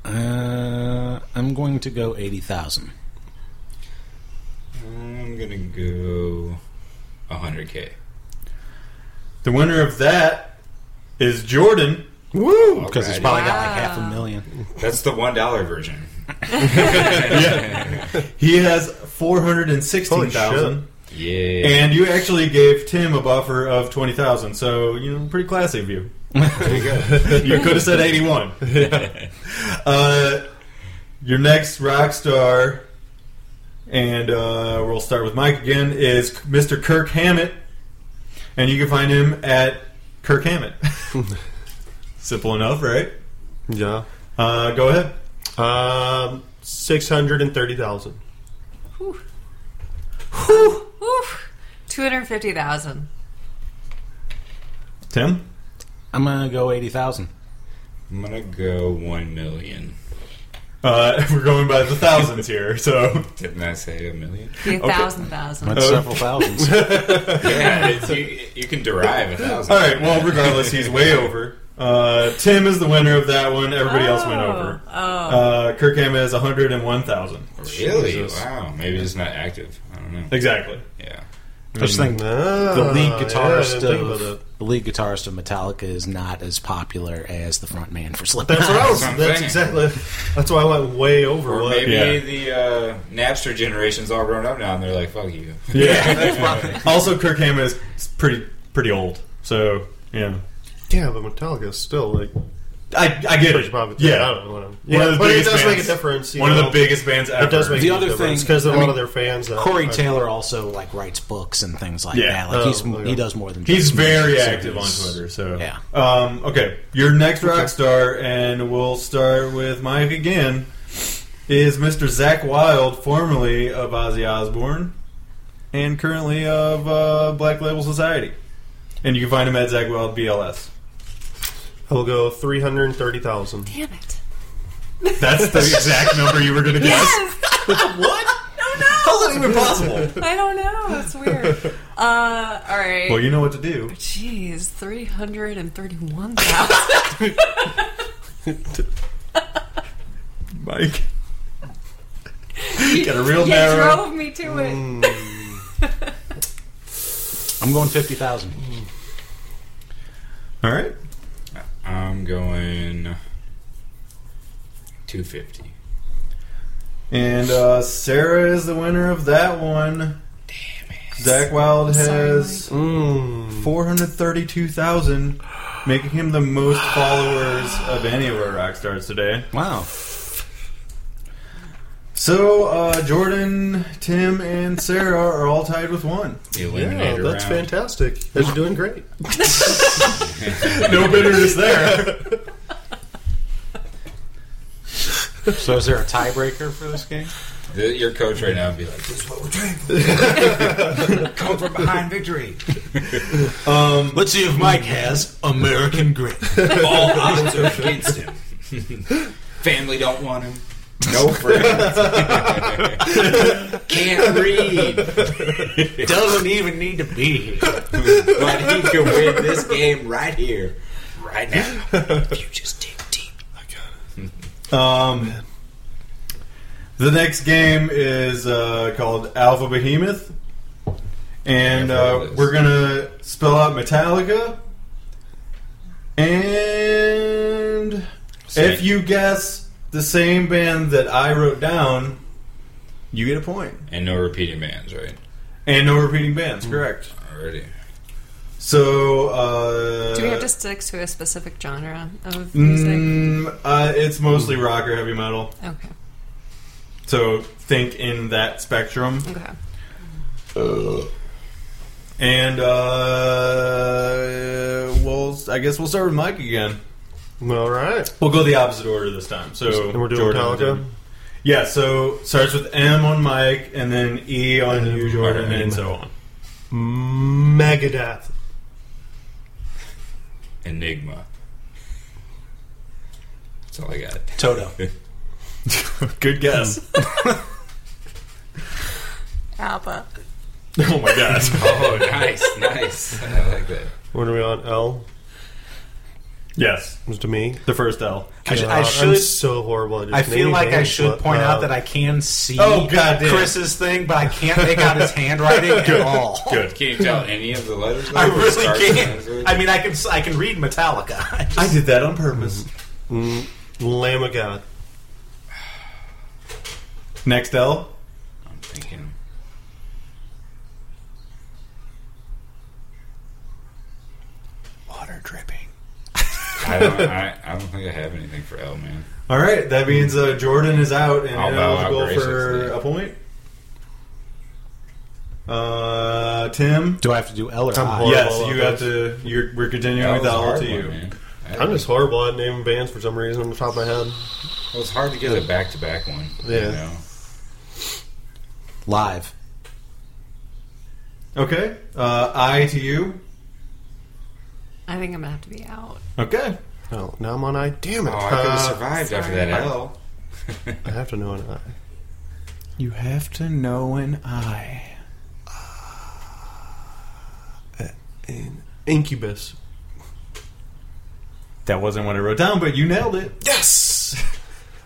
S7: uh, I'm going to go eighty thousand.
S5: I'm gonna go 100k.
S1: The winner of that is Jordan.
S4: Woo!
S7: Because it's
S5: Alrighty.
S7: probably got like half a million.
S5: That's the one dollar version.
S1: He has 416,000.
S5: Yeah.
S1: And you actually gave Tim a buffer of 20,000, so, you know, pretty classy of you. you could have said 81. uh, your next rock star, and uh, we'll start with Mike again, is Mr. Kirk Hammett. And you can find him at Kirk Hammett. Simple enough, right?
S4: Yeah.
S1: Uh, go ahead.
S4: Um, six hundred and thirty thousand.
S2: Oof. 250,000.
S1: Tim?
S7: I'm gonna go eighty thousand.
S5: I'm gonna go 1 million.
S1: Uh, we're going by the thousands here, so.
S5: Didn't I say a million?
S2: Be a thousand thousand.
S7: That's several thousands.
S5: Yeah, it's- you, you can derive a thousand.
S1: All right. Well, regardless, he's way over. Uh, Tim is the winner of that one. Everybody else went
S2: Oh,
S1: over.
S2: Oh.
S1: Uh, Kirk Hammett is 101,000.
S5: really?
S4: Jesus.
S5: Wow. Maybe it's not active. I don't know.
S1: Exactly.
S5: Yeah.
S7: Just think the
S4: The
S7: lead
S4: ah, Yeah,
S7: guitarist
S4: I didn't think about
S7: of
S4: that.
S7: the lead guitarist of Metallica is not as popular as the front man for Slipknot.
S4: That's what I was.
S5: That's what I'm
S4: That's
S5: saying.
S4: exactly. That's why I went way over.
S5: Or
S4: what-
S5: maybe
S1: Yeah.
S5: the uh, Napster generation's all grown up now, and they're like, "Fuck you."
S1: Yeah. also, Kirk Hammett is pretty pretty old. So yeah,
S4: Yeah, but Metallica is still like
S1: I, I get
S4: pretty
S1: it.
S4: popular. I
S1: Yeah.
S4: don't know. whatever.
S1: One of
S4: Yeah,
S1: the
S4: but it
S1: biggest
S4: does make a
S1: bands.
S4: difference. you
S1: One of
S4: know.
S1: the biggest bands ever.
S4: It does make
S7: The
S4: a
S7: other
S4: difference
S7: thing-
S4: because a
S7: I
S4: lot
S7: mean,
S4: of their fans. uh, That
S7: Corey
S4: are-
S7: Taylor also like writes books and things like
S1: Yeah.
S7: that. Like
S4: Oh,
S7: he's
S4: okay.
S7: he does more than just
S1: He's very
S7: music.
S1: active on Twitter. So
S7: Yeah.
S1: Um, okay, your next rock star, and we'll start with Mike again. Is Mr. Zach Wild, formerly of Ozzy Osbourne, and currently of uh, Black Label Society, and you can find him at Zach Wild BLS.
S4: I will go three hundred thirty thousand.
S2: Damn it.
S1: That's the exact number you were going to guess.
S2: Yes!
S1: How's that even possible?
S2: I don't know. That's weird. Uh, all right.
S1: Well, you know what to do.
S2: Jeez, 331,000.
S1: Mike. Got a real
S2: you
S1: narrow. Mm.
S2: drove me to it.
S7: I'm going fifty thousand.
S1: All right.
S5: I'm going 250.
S1: And uh, Sarah is the winner of that one. Damn it. Zach Wild has
S4: Mm.
S1: 432,000, making him the most followers of any of our rock stars today.
S7: Wow.
S1: So, uh, Jordan, Tim, and Sarah are all tied with one.
S5: The
S4: Yeah,
S5: eliminator.
S4: that's
S5: round.
S4: fantastic. Guys are doing great.
S1: No bitterness there.
S7: So is there a tiebreaker for this game?
S5: The- your coach right now would be like, "This is what we're doing.
S7: Come from behind victory.
S1: Um,
S6: Let's see if Mike has American grit.
S5: All odds are against him. Family don't want him. No friends. Can't read.
S6: Doesn't even need to be here.
S5: But he can win this game right here, right now. You just dig deep.
S1: Um, the next game is uh, called Alpha Behemoth, and
S5: Yeah, I've heard of
S1: uh,
S5: this.
S1: we're gonna spell out Metallica. And
S5: Say-
S1: if you guess the same band that I wrote down, you get a point.
S5: And no repeating bands, right?
S1: And no repeating
S4: Hmm.
S1: bands, correct?
S5: Already.
S1: So, uh,
S2: Do we have to stick to a specific genre of music?
S1: Mm, uh, it's mostly rock or heavy metal.
S2: Okay.
S1: So think in that spectrum.
S2: Okay.
S4: Uh.
S1: And uh, we'll, I guess we'll start with Mike again.
S4: All right.
S1: We'll go the opposite order this time. So
S4: And we're doing
S1: Jordan
S4: Metallica?
S1: Yeah. So starts with M on Mike, and then E on you, Jordan,
S5: Jordan.
S1: and so on.
S4: Megadeth.
S5: Enigma. That's all I got.
S6: Toto.
S1: Good
S4: Hmm.
S1: guess.
S2: Alpha.
S1: oh my god.
S5: Oh, nice, nice. I like that.
S4: When are we on? L.
S1: yes.
S4: It was to me.
S1: The first L.
S6: I, sh- I
S4: God, I'm
S6: should.
S4: so horrible. at just
S6: I feel
S4: naming
S6: like I
S4: names,
S6: should
S4: but,
S6: point
S4: uh,
S6: out that I can see
S1: Oh, goddamn.
S6: Chris's thing, but I can't make out his handwriting at all.
S1: Good.
S5: Can you tell any of the letters?
S6: I
S5: Like,
S6: really
S5: stars and ends
S6: can't.
S5: with?
S6: I mean, I can s- I can read Metallica. I just-
S1: I did that on purpose.
S4: Mm, Lamb of God.
S1: Next L.
S5: I'm thinking.
S6: Water dripping.
S5: I don't, I, I don't think I have anything for L, man.
S1: All right, that means uh, Jordan is out and
S5: I'll bow out
S1: eligible for
S5: graciously.
S1: a point. Uh, Tim.
S6: Do I have to do L or
S4: I'm
S6: I?
S4: horrible.
S1: yes, you
S4: at
S1: have to. You're, we're continuing with
S5: was a
S1: L
S5: hard
S1: to
S5: one,
S1: you.
S5: man. I-
S4: I'm just horrible at naming bands for some reason on the top of my head.
S5: Well, it's hard to get a back-to-back one.
S4: Yeah.
S5: You know?
S6: Live.
S1: Okay. Uh, I to you.
S2: I think I'm gonna have to be out.
S1: Okay.
S4: No, now I'm on I. Damn it.
S5: Oh, I could have
S4: Uh,
S5: survived after that
S2: sorry.
S5: L.
S4: I have to know an I.
S1: You have to know an I.
S4: In Uh, Incubus.
S1: That wasn't what I wrote down, but you nailed it. Yes.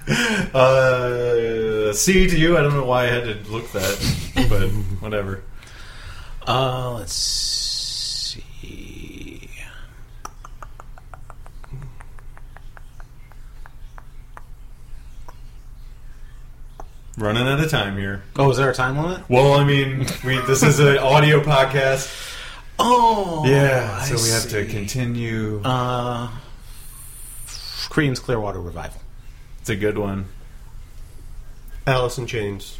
S1: uh, C to you. I don't know why I had to look that, but whatever.
S6: Uh, let's see.
S1: Running out of time here.
S6: Oh, is there a time limit?
S1: Well, I mean, we, this is an audio podcast.
S6: Oh,
S1: Yeah,
S6: I
S1: so we have to
S6: see.
S1: continue.
S6: Uh, Creedence Clearwater Revival.
S1: It's a good one.
S4: Alice in Chains.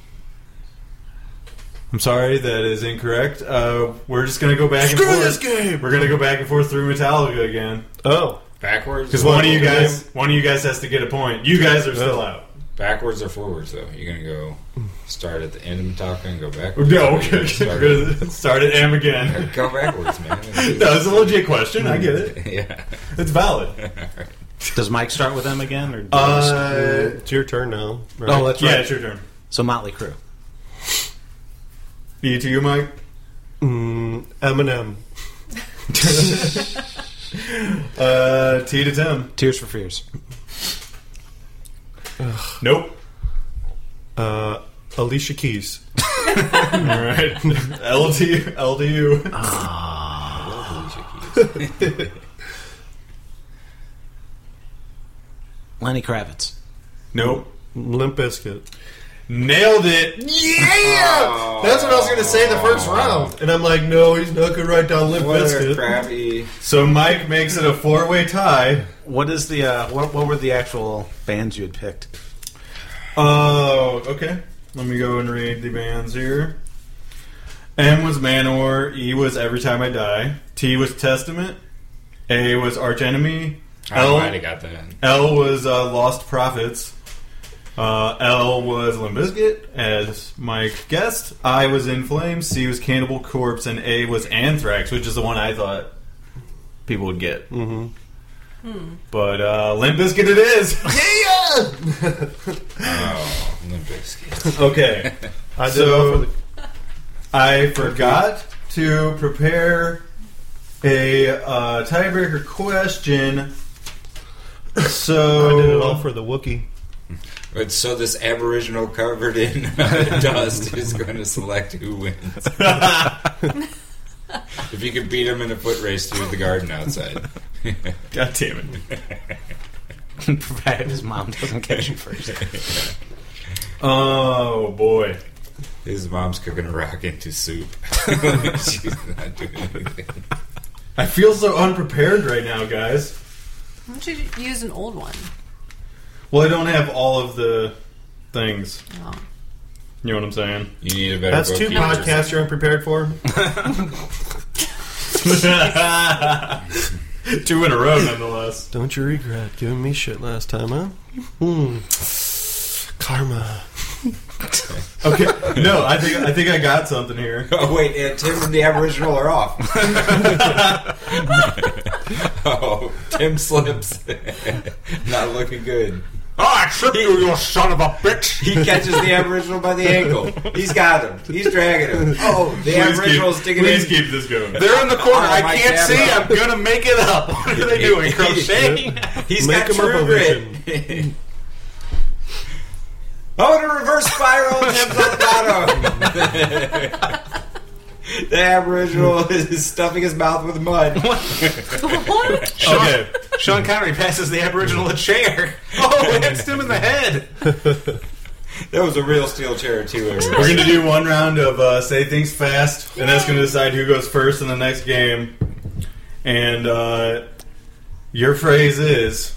S1: I'm sorry, that is incorrect. Uh, we're just gonna go back and forth.
S4: game!
S1: We're gonna go back and forth through Metallica again
S4: Oh.
S5: Backwards?
S1: because one of you guys, one of you guys has to get a point. You guys are still out.
S5: Backwards or forwards, though? You're going to go start at the end of Metallica and go backwards?
S1: No,
S5: Or you're
S1: okay,
S5: gonna
S1: we're gonna start at M again.
S5: start- Go backwards, man.
S1: That was a legit question. I get it.
S5: yeah.
S1: It's valid.
S6: Does Mike start with them again, or
S1: Uh,
S4: Oh, it's your turn now. Right?
S6: oh, that's right.
S1: yeah, it's your turn.
S6: So Motley Crue.
S1: E to you, Mike.
S4: Mm, Eminem.
S1: Uh, T to Tim.
S6: Tears for Fears.
S1: Nope.
S4: Uh, Alicia Keys.
S1: All right. L to you. L to you.
S6: Lenny Kravitz.
S1: Nope.
S4: Limp Bizkit.
S1: Nailed it.
S5: Oh.
S4: Yeah! That's what I was going to say the first round. And I'm like, no, he's not going to write down Limp
S5: What a
S4: Bizkit.
S5: crappy...
S1: So Mike makes it a four-way tie.
S6: What is the uh, what? What were the actual bands you had picked?
S1: Oh, okay. Let me go and read the bands here. M was Manor, E was Every Time I Die, T was Testament, A was Arch Enemy,
S5: I
S4: Oh.
S1: L,
S5: might have got that.
S1: L was uh, Lost Prophets, uh, L was Limp Bizkit, as Mike guessed, I was In Flames, C was Cannibal Corpse, and A was Anthrax, which is the one I thought people would get. Mm-hmm. But uh, Limp Bizkit it is!
S5: Oh, Limp Bizkit.
S1: Okay.
S4: I did
S1: So-
S4: offer the-
S1: I forgot to prepare a uh, tiebreaker question.
S4: I did it all
S1: So
S4: for the Wookiee.
S5: But so this Aboriginal covered in dust is going to select who wins. if you could beat him in a foot race through the garden outside.
S1: God damn it.
S7: Provided his mom doesn't catch you first.
S1: Oh boy.
S5: His mom's cooking a rock into soup. She's not doing anything.
S1: I feel so unprepared right now, guys.
S2: Why don't you use an old one?
S1: Well, I don't have all of the things.
S2: No.
S1: You know what I'm saying?
S5: You need a better
S4: That's two
S5: bookkeeper.
S4: podcasts you're unprepared for.
S1: Two in a row, nonetheless.
S4: Don't you regret giving me shit last time, huh? Hmm. Karma.
S1: Okay. No, I think I think I got something here.
S5: Oh wait, uh, Tim and the Aboriginal are off. oh, Tim slips. Not looking good.
S7: Oh, I tripped you, you son of a bitch!
S5: He catches the Aboriginal by the ankle. He's got him. He's dragging him. Oh, the Aboriginal's digging
S1: please
S5: in.
S1: keep this going.
S7: They're in the corner.
S5: Oh,
S7: I
S5: my
S7: can't see.
S5: camera.
S7: I'm gonna make it up. What are they doing? Crocheting?
S5: He's
S4: Make
S5: got
S4: him
S5: true
S4: up a
S5: grit. oh, in a reverse spiral, Tim's on the bottom. the Aboriginal is stuffing his mouth with mud.
S1: Okay.
S7: Sean Connery passes the Aboriginal a chair. Oh, it hits him in the head.
S5: That was a real steel chair too. everybody.
S1: We're gonna do one round of uh, say things fast, and that's gonna decide who goes first in the next game. And uh, your phrase is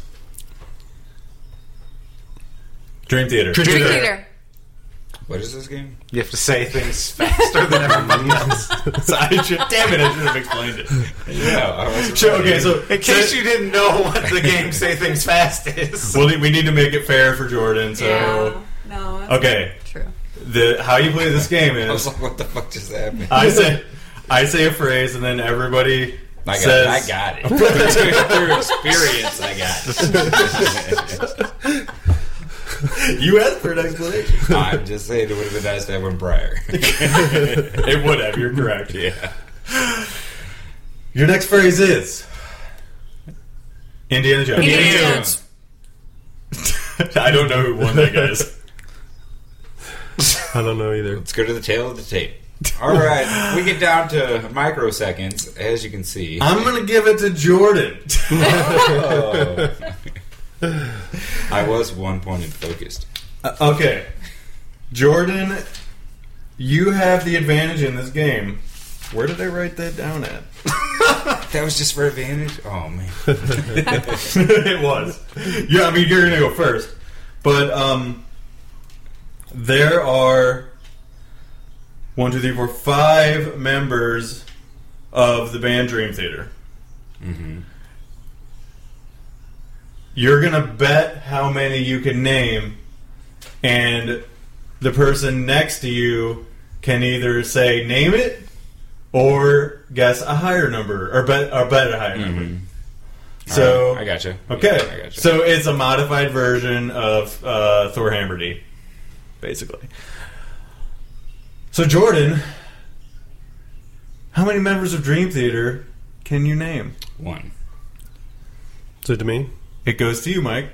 S1: Dream Theater.
S2: Drink leader.
S5: What is this game?
S7: You have to say things faster than everybody else.
S1: So I should- damn it! I should have explained it.
S5: Yeah, I was-
S1: So, okay, so
S7: In case you didn't know what the game "Say Things Fast" is.
S1: we'll, we need to make it fair for Jordan. So
S2: No. That's
S1: Uh, okay,
S2: True.
S1: the how you play this game
S5: I
S1: is
S5: was like, what the fuck just happened?
S1: I say I say a phrase, and then everybody
S5: I got,
S1: says
S5: I got it. Through experience, I got it.
S1: You asked for an explanation.
S5: I'm just saying it would have been nice to have one prior.
S1: it would have. You're correct.
S5: yeah.
S1: Your next phrase is Indiana Jones.
S2: Indiana
S5: Jones.
S1: I don't know who won that, guys.
S4: I don't know either.
S5: Let's go to the tail of the tape. All right, we get down to microseconds, as you can see.
S1: I'm gonna give it to Jordan.
S5: Oh. I was one point and focused.
S1: Uh, okay, Jordan, you have the advantage in this game. Where did I write that down at?
S5: That was just for advantage. Oh man.
S1: it was. Yeah, I mean you're gonna go first, but um, there are one, two, three, four, five members of the band Dream Theater.
S5: Mm-hmm.
S1: You're gonna bet how many you can name, and the person next to you can either say name it or guess a higher number or bet or bet a higher number. So
S5: Mm-hmm. All right, I got you.
S1: Okay,
S5: I got you.
S1: so it's a modified version of uh, Thor Hammerdy, basically. So Jordan, how many members of Dream Theater can you name?
S5: one.
S4: So to me,
S1: It goes to you, Mike.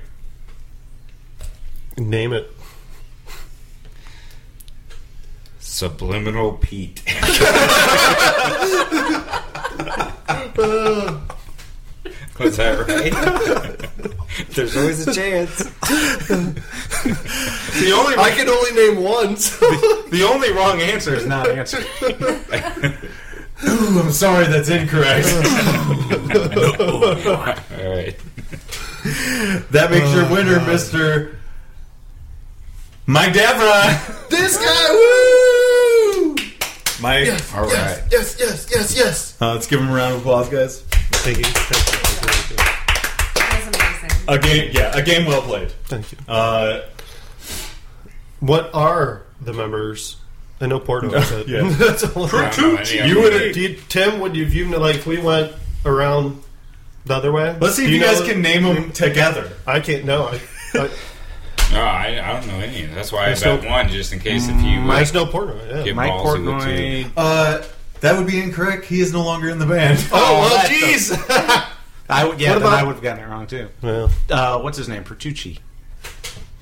S4: name it.
S5: Subliminal Pete. Was that right? There's always a chance.
S7: The only
S4: I can only name one. so-
S7: the only wrong answer is not answered.
S1: Ooh, I'm sorry, that's incorrect.
S5: All right.
S1: that makes your winner, Mister Mike Davra.
S4: this guy, woo!
S1: Mike,
S5: All right.
S4: Yes, yes, yes, yes.
S1: uh, let's give him a round of applause, guys.
S4: Thank you. Thank you.
S2: That was amazing.
S1: A game, yeah, a game well played.
S4: Thank you.
S1: Uh,
S4: What are the members? I know Porto is it.
S1: Yeah.
S4: That's all.
S5: I don't know any of
S4: You
S5: them.
S4: would have, Tim, would you have even, like, if we went around the other way?
S1: let's see
S4: Do
S1: if you
S4: know
S1: guys
S4: that-
S1: can name them together.
S4: I can't, no. I, I,
S5: No, I, I don't know any. That's why I
S4: There's
S5: bet
S4: no-
S5: one just in case if you uh,
S4: Mike's no Portnoy. Yeah.
S5: get
S6: Mike
S5: ballsy with
S6: Portnoy.
S5: two.
S1: Uh, that would be incorrect. He is no longer in the band.
S4: Oh, well,
S6: that's
S4: jeez.
S6: I would, yeah,
S4: What
S6: then
S4: about-
S6: I would have gotten it wrong too.
S4: well,
S6: Uh, what's his name? Pertucci.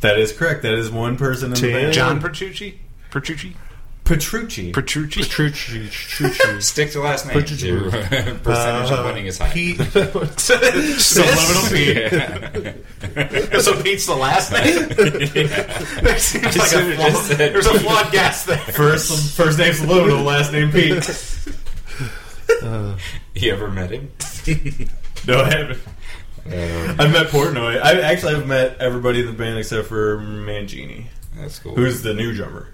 S1: that is correct. That is one person in the
S4: Ten.
S1: band.
S6: John Pertucci. Pertucci.
S1: Petrucci.
S6: Petrucci.
S4: Petrucci. Petrucci.
S5: Stick to last name.
S4: Purchase
S5: Your percentage of winning is high.
S4: Pete.
S5: Yeah.
S6: so Pete's the last name. That seems
S5: I
S6: like
S5: should've
S6: a flawed,
S5: just said
S6: there's a flawed guess there.
S1: First, first name's Lodo, last name Pete.
S5: You ever met him?
S1: No, I haven't.
S5: Um,
S1: I've met Portnoy. I actually have met everybody in the band except for Mangini,
S5: that's cool.
S1: who's the new drummer.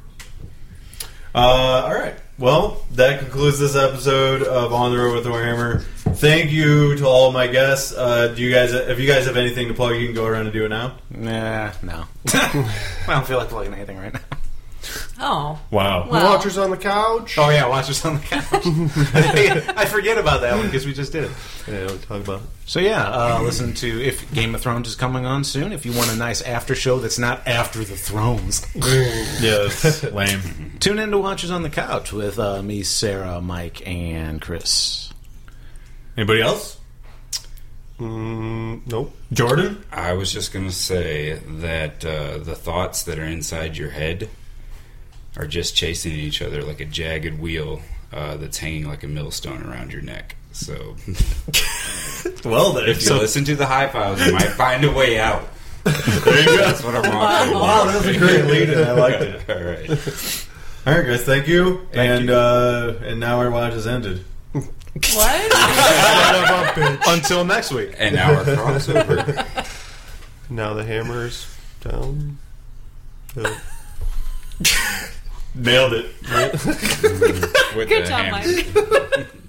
S1: Uh, all right. Well, that concludes this episode of On the Road with Warhammer. Thank you to all my guests. Uh, do you guys? If you guys have anything to plug, you can go around and do it now.
S6: Nah, no. I don't feel like plugging anything right now.
S2: Oh.
S1: Wow.
S2: Well.
S4: Watchers on the couch.
S6: Oh yeah, watch us on the couch. I forget about that one because we just did it.
S4: Yeah, we talk about it.
S6: So yeah, uh, listen to if Game of Thrones is coming on soon. If you want a nice after show that's not after the Thrones,
S1: Yeah, that's lame.
S6: tune in to Watchers on the Couch with uh, me, Sarah, Mike, and Chris.
S1: Anybody else?
S4: Mm, nope.
S1: Jordan?
S5: I was just going to say that uh, the thoughts that are inside your head are just chasing each other like a jagged wheel uh, that's hanging like a millstone around your neck. So
S1: Well, then.
S5: if you listen to the high files, you might find a way out. there you go. That's what I want.
S1: Wow, that was a great lead, and I liked it.
S5: All right.
S1: All right, guys, thank you. and Uh, and now our watch is ended.
S2: What?
S4: Until next week.
S5: And now our crossover.
S4: Now the hammer's down. The-
S1: Nailed it.
S5: With
S2: Good
S5: the
S2: job,
S5: hammer.
S2: Mike.